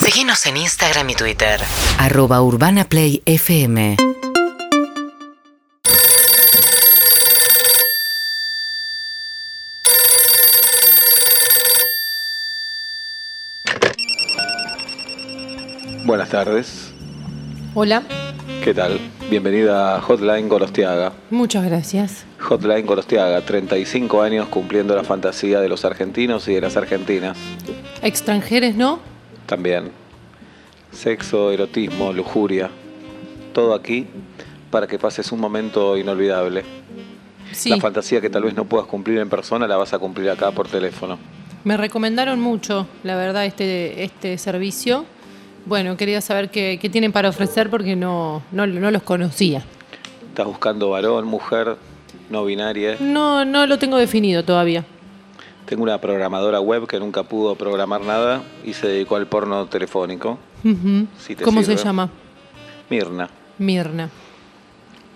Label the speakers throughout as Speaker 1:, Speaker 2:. Speaker 1: Seguinos en Instagram y Twitter.
Speaker 2: arroba urbanaplayfm
Speaker 3: Buenas tardes,
Speaker 4: Hola,
Speaker 3: ¿qué tal? Bienvenida a Hotline Gorostiaga.
Speaker 4: muchas gracias.
Speaker 3: Hotline Gorostiaga, 35 años cumpliendo la fantasía de los argentinos y de las argentinas.
Speaker 4: Extranjeres, ¿no?
Speaker 3: También. Sexo, erotismo, lujuria. Todo aquí para que pases un momento inolvidable.
Speaker 4: Sí,
Speaker 3: La fantasía que tal vez no puedas cumplir en persona la vas a cumplir acá por teléfono.
Speaker 4: me recomendaron mucho, la verdad, este, este servicio. Bueno, quería saber qué, qué tienen para ofrecer porque no, no, no los conocía.
Speaker 3: Estás buscando varón, mujer, no binaria.
Speaker 4: No, no lo tengo definido todavía.
Speaker 3: Tengo una programadora web que nunca pudo programar nada y se dedicó al porno telefónico.
Speaker 4: Ujú.
Speaker 3: Si te
Speaker 4: ¿Cómo
Speaker 3: sirve.
Speaker 4: se llama?
Speaker 3: Mirna.
Speaker 4: Mirna.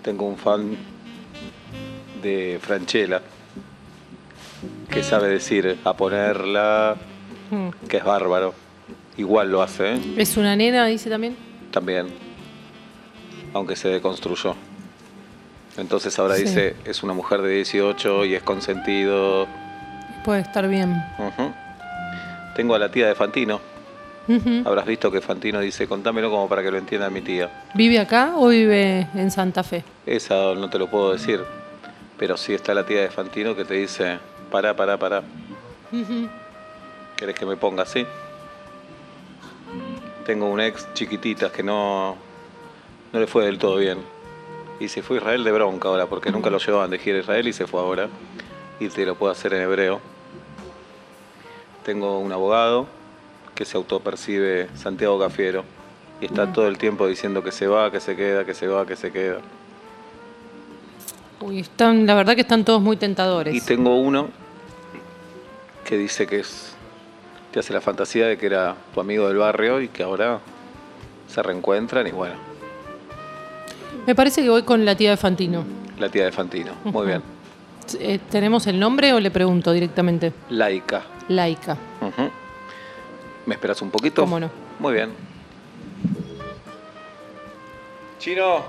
Speaker 3: Tengo un fan de Franchella que sabe decir a ponerla
Speaker 4: Mm.
Speaker 3: que es bárbaro. Igual lo hace, ¿eh?
Speaker 4: ¿Es una nena, dice también?
Speaker 3: también. Aunque se deconstruyó. Entonces ahora
Speaker 4: Sí.
Speaker 3: dice, es una mujer de 18 y es consentido.
Speaker 4: Puede estar bien.
Speaker 3: Ujú. Tengo a la tía de Fantino.
Speaker 4: Ujú.
Speaker 3: Habrás visto que Fantino dice, contámelo como para que lo entienda mi tía.
Speaker 4: ¿Vive acá o vive en Santa Fe?
Speaker 3: Esa no te lo puedo decir. Pero sí está la tía de Fantino que te dice, pará, pará, pará.
Speaker 4: Ujú.
Speaker 3: ¿Querés que me ponga así? Tengo un ex chiquititas que no, no le fue del todo bien. Y se fue a Israel de bronca ahora, porque nunca lo llevaban de gira a Israel y se fue ahora. Y te lo puedo hacer en hebreo. Tengo un abogado que se autopercibe Santiago Cafiero. Y está todo el tiempo diciendo que se va, que se queda, que se va, que se queda.
Speaker 4: Uy, están, la verdad que están todos muy tentadores.
Speaker 3: Y tengo uno que dice que es. te hace la fantasía de que era tu amigo del barrio y que ahora se reencuentran y bueno,
Speaker 4: Me parece que voy con la tía de Fantino.
Speaker 3: la tía de Fantino. Muy bien.
Speaker 4: Eh, ¿Tenemos el nombre o le pregunto directamente?
Speaker 3: Laica.
Speaker 4: Laica.
Speaker 3: Ujú. ¿Me esperas un poquito?
Speaker 4: Cómo no.
Speaker 3: Muy bien. Chino,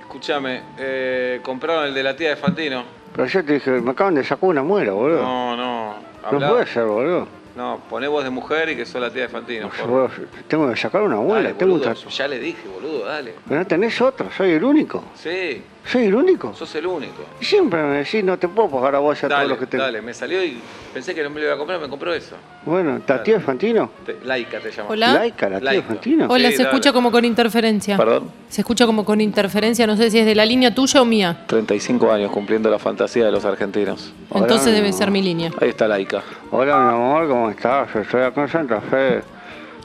Speaker 3: escúchame, eh, compraron el de la tía de Fantino.
Speaker 5: Pero yo te dije, me acaban de sacar una muela, boludo. No,
Speaker 3: No, no. hablá.
Speaker 5: puede ser, boludo.
Speaker 3: No, poné voz de mujer y que sos la tía de Fantino. por favor.
Speaker 5: Yo, tengo que sacar una muela,
Speaker 3: Dale,
Speaker 5: tengo un
Speaker 3: boludo,
Speaker 5: tatu-
Speaker 3: Ya le dije, boludo, dale.
Speaker 5: Pero no tenés otro, soy el único.
Speaker 3: Sí,
Speaker 5: Soy el único.
Speaker 3: sos el único.
Speaker 5: Y Siempre me decís, no te puedo pagar a vos y a todos
Speaker 3: Dale,
Speaker 5: los que tengo.
Speaker 3: dale, me salió y pensé que no me lo iba a comprar, me compró eso.
Speaker 5: Bueno, ¿la tía Fantino?
Speaker 3: Te- Laica te llama.
Speaker 4: Hola.
Speaker 5: Laica, la tía
Speaker 3: Laica.
Speaker 5: Fantino.
Speaker 4: Hola,
Speaker 3: Sí,
Speaker 4: se
Speaker 3: dale.
Speaker 4: escucha como con interferencia.
Speaker 3: Perdón.
Speaker 4: Se escucha como con interferencia, no sé si es de la línea tuya o mía.
Speaker 3: 35 años cumpliendo la fantasía de los argentinos.
Speaker 5: Hola.
Speaker 4: Entonces debe ser mi línea.
Speaker 3: Ahí está Laica.
Speaker 5: Hola, mi amor, ¿cómo estás? Yo estoy acá en Santa Fe.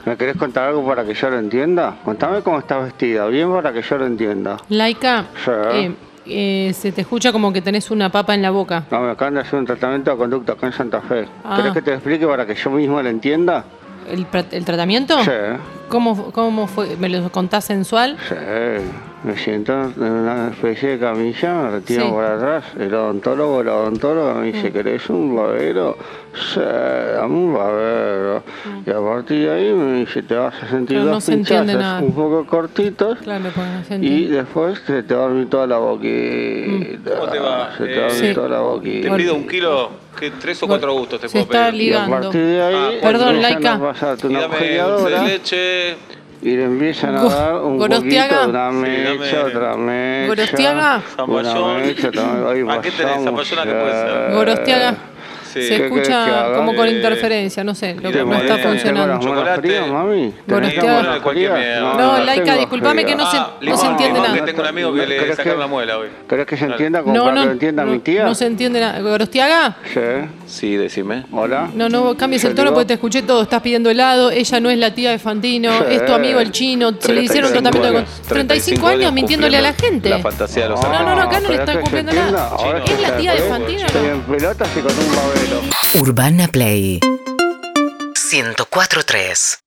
Speaker 5: ¿Me querés contar algo para que yo lo entienda? Contame cómo estás vestida, bien para que yo lo entienda.
Speaker 4: Laica,
Speaker 5: Sí.
Speaker 4: eh, eh, se te escucha como que tenés una papa en la boca.
Speaker 5: No, me acaban de hacer un tratamiento de conducta acá en Santa Fe.
Speaker 4: Ah.
Speaker 5: ¿Querés que te lo explique para que yo mismo lo entienda?
Speaker 4: ¿El, pra- el tratamiento?
Speaker 5: Sí.
Speaker 4: ¿Cómo, ¿Cómo fue? ¿Me lo contás sensual?
Speaker 5: Sí, me siento en una especie de camilla, me retiro
Speaker 4: Sí. Mm.
Speaker 5: por atrás. El odontólogo, la odontóloga me dice, ¿querés un babero? Sí, dame un babero. Y a partir de ahí me dice, te vas a sentir
Speaker 4: Mm. Pero no
Speaker 5: dos
Speaker 4: se entiende
Speaker 5: pinchazos
Speaker 4: nada.
Speaker 5: un poco cortitos.
Speaker 4: Claro, porque no se
Speaker 5: Y
Speaker 4: entiende.
Speaker 5: después se te va a dormir toda la boquita.
Speaker 3: ¿Cómo te va?
Speaker 5: Se te va a
Speaker 3: Eh,
Speaker 5: dormir
Speaker 4: Sí.
Speaker 5: toda la
Speaker 3: Te
Speaker 5: boquita.
Speaker 3: pido un kilo, que tres o cuatro gustos te
Speaker 4: Se
Speaker 3: puedo
Speaker 4: está
Speaker 5: Y
Speaker 3: pedir.
Speaker 4: li-
Speaker 5: a partir de ahí,
Speaker 3: Ah, perdón,
Speaker 5: empiezan
Speaker 4: Laika.
Speaker 5: a pasarte
Speaker 3: Y
Speaker 5: una
Speaker 3: dame dulce de
Speaker 5: ojeadora
Speaker 3: leche.
Speaker 5: y le empiezan a
Speaker 4: Go-
Speaker 5: dar un
Speaker 4: Gorostiaga.
Speaker 5: poquito de una
Speaker 3: dame-
Speaker 5: mecha, otra mecha.
Speaker 4: Gorostiaga.
Speaker 3: Zapallón.
Speaker 5: Una mecha, otra- ay,
Speaker 3: ¿A Ah, qué tenés?
Speaker 5: pasamos
Speaker 3: Zapallona, ¿qué puede ser?
Speaker 5: ya.
Speaker 4: Gorostiaga,
Speaker 3: Sí.
Speaker 4: se
Speaker 5: ¿Qué querés que
Speaker 4: escucha
Speaker 5: haga?
Speaker 4: como con
Speaker 3: Eh,
Speaker 4: interferencia, no sé, lo
Speaker 3: mira,
Speaker 4: que no
Speaker 3: me-
Speaker 4: está
Speaker 3: eh,
Speaker 4: funcionando.
Speaker 5: ¿Tenés las manos
Speaker 3: Chocolate.
Speaker 5: frías, mami? ¿Tenés
Speaker 4: Gorostiaga.
Speaker 5: las manos
Speaker 3: Bueno, cualquier
Speaker 5: frías?
Speaker 3: miedo.
Speaker 4: No,
Speaker 5: las
Speaker 4: Laika,
Speaker 5: tengo
Speaker 4: disculpame que
Speaker 5: frías.
Speaker 4: no se-
Speaker 3: Ah,
Speaker 4: no
Speaker 3: limón,
Speaker 4: se entiende
Speaker 3: limón,
Speaker 4: nada.
Speaker 3: que tengo un amigo que le
Speaker 5: ¿Querés
Speaker 3: sacaron
Speaker 5: que-
Speaker 3: la muela hoy.
Speaker 5: ¿Querés que se
Speaker 3: Dale.
Speaker 5: entienda como
Speaker 4: No,
Speaker 5: para que
Speaker 4: no,
Speaker 5: lo entienda
Speaker 4: no,
Speaker 5: mi tía?
Speaker 4: no se entiende nada. ¿Gorostiaga?
Speaker 5: Sí.
Speaker 3: Sí, decime.
Speaker 5: ¿Hola?
Speaker 4: No, no cambies el
Speaker 5: Yo
Speaker 4: tono
Speaker 5: digo-
Speaker 4: porque te escuché todo. Estás pidiendo helado, ella no es la tía de Fantino,
Speaker 5: Sí.
Speaker 4: es tu amigo el chino, se le hicieron
Speaker 3: 35
Speaker 4: tratamiento de...
Speaker 3: años,
Speaker 4: 35, años mintiéndole a la
Speaker 3: cumpliendo
Speaker 4: gente.
Speaker 3: La fantasía de los
Speaker 4: No,
Speaker 3: argentinos.
Speaker 4: no, no, acá no le
Speaker 5: pero
Speaker 4: están
Speaker 5: que se
Speaker 4: cumpliendo nada.
Speaker 5: entienda, ahora
Speaker 3: Sí,
Speaker 4: ¿Es la
Speaker 5: que
Speaker 4: tía de
Speaker 5: se-
Speaker 4: Fantino o
Speaker 5: Estoy
Speaker 4: no?
Speaker 5: en pelotas y con un babero.
Speaker 2: Urbana Play
Speaker 1: 1043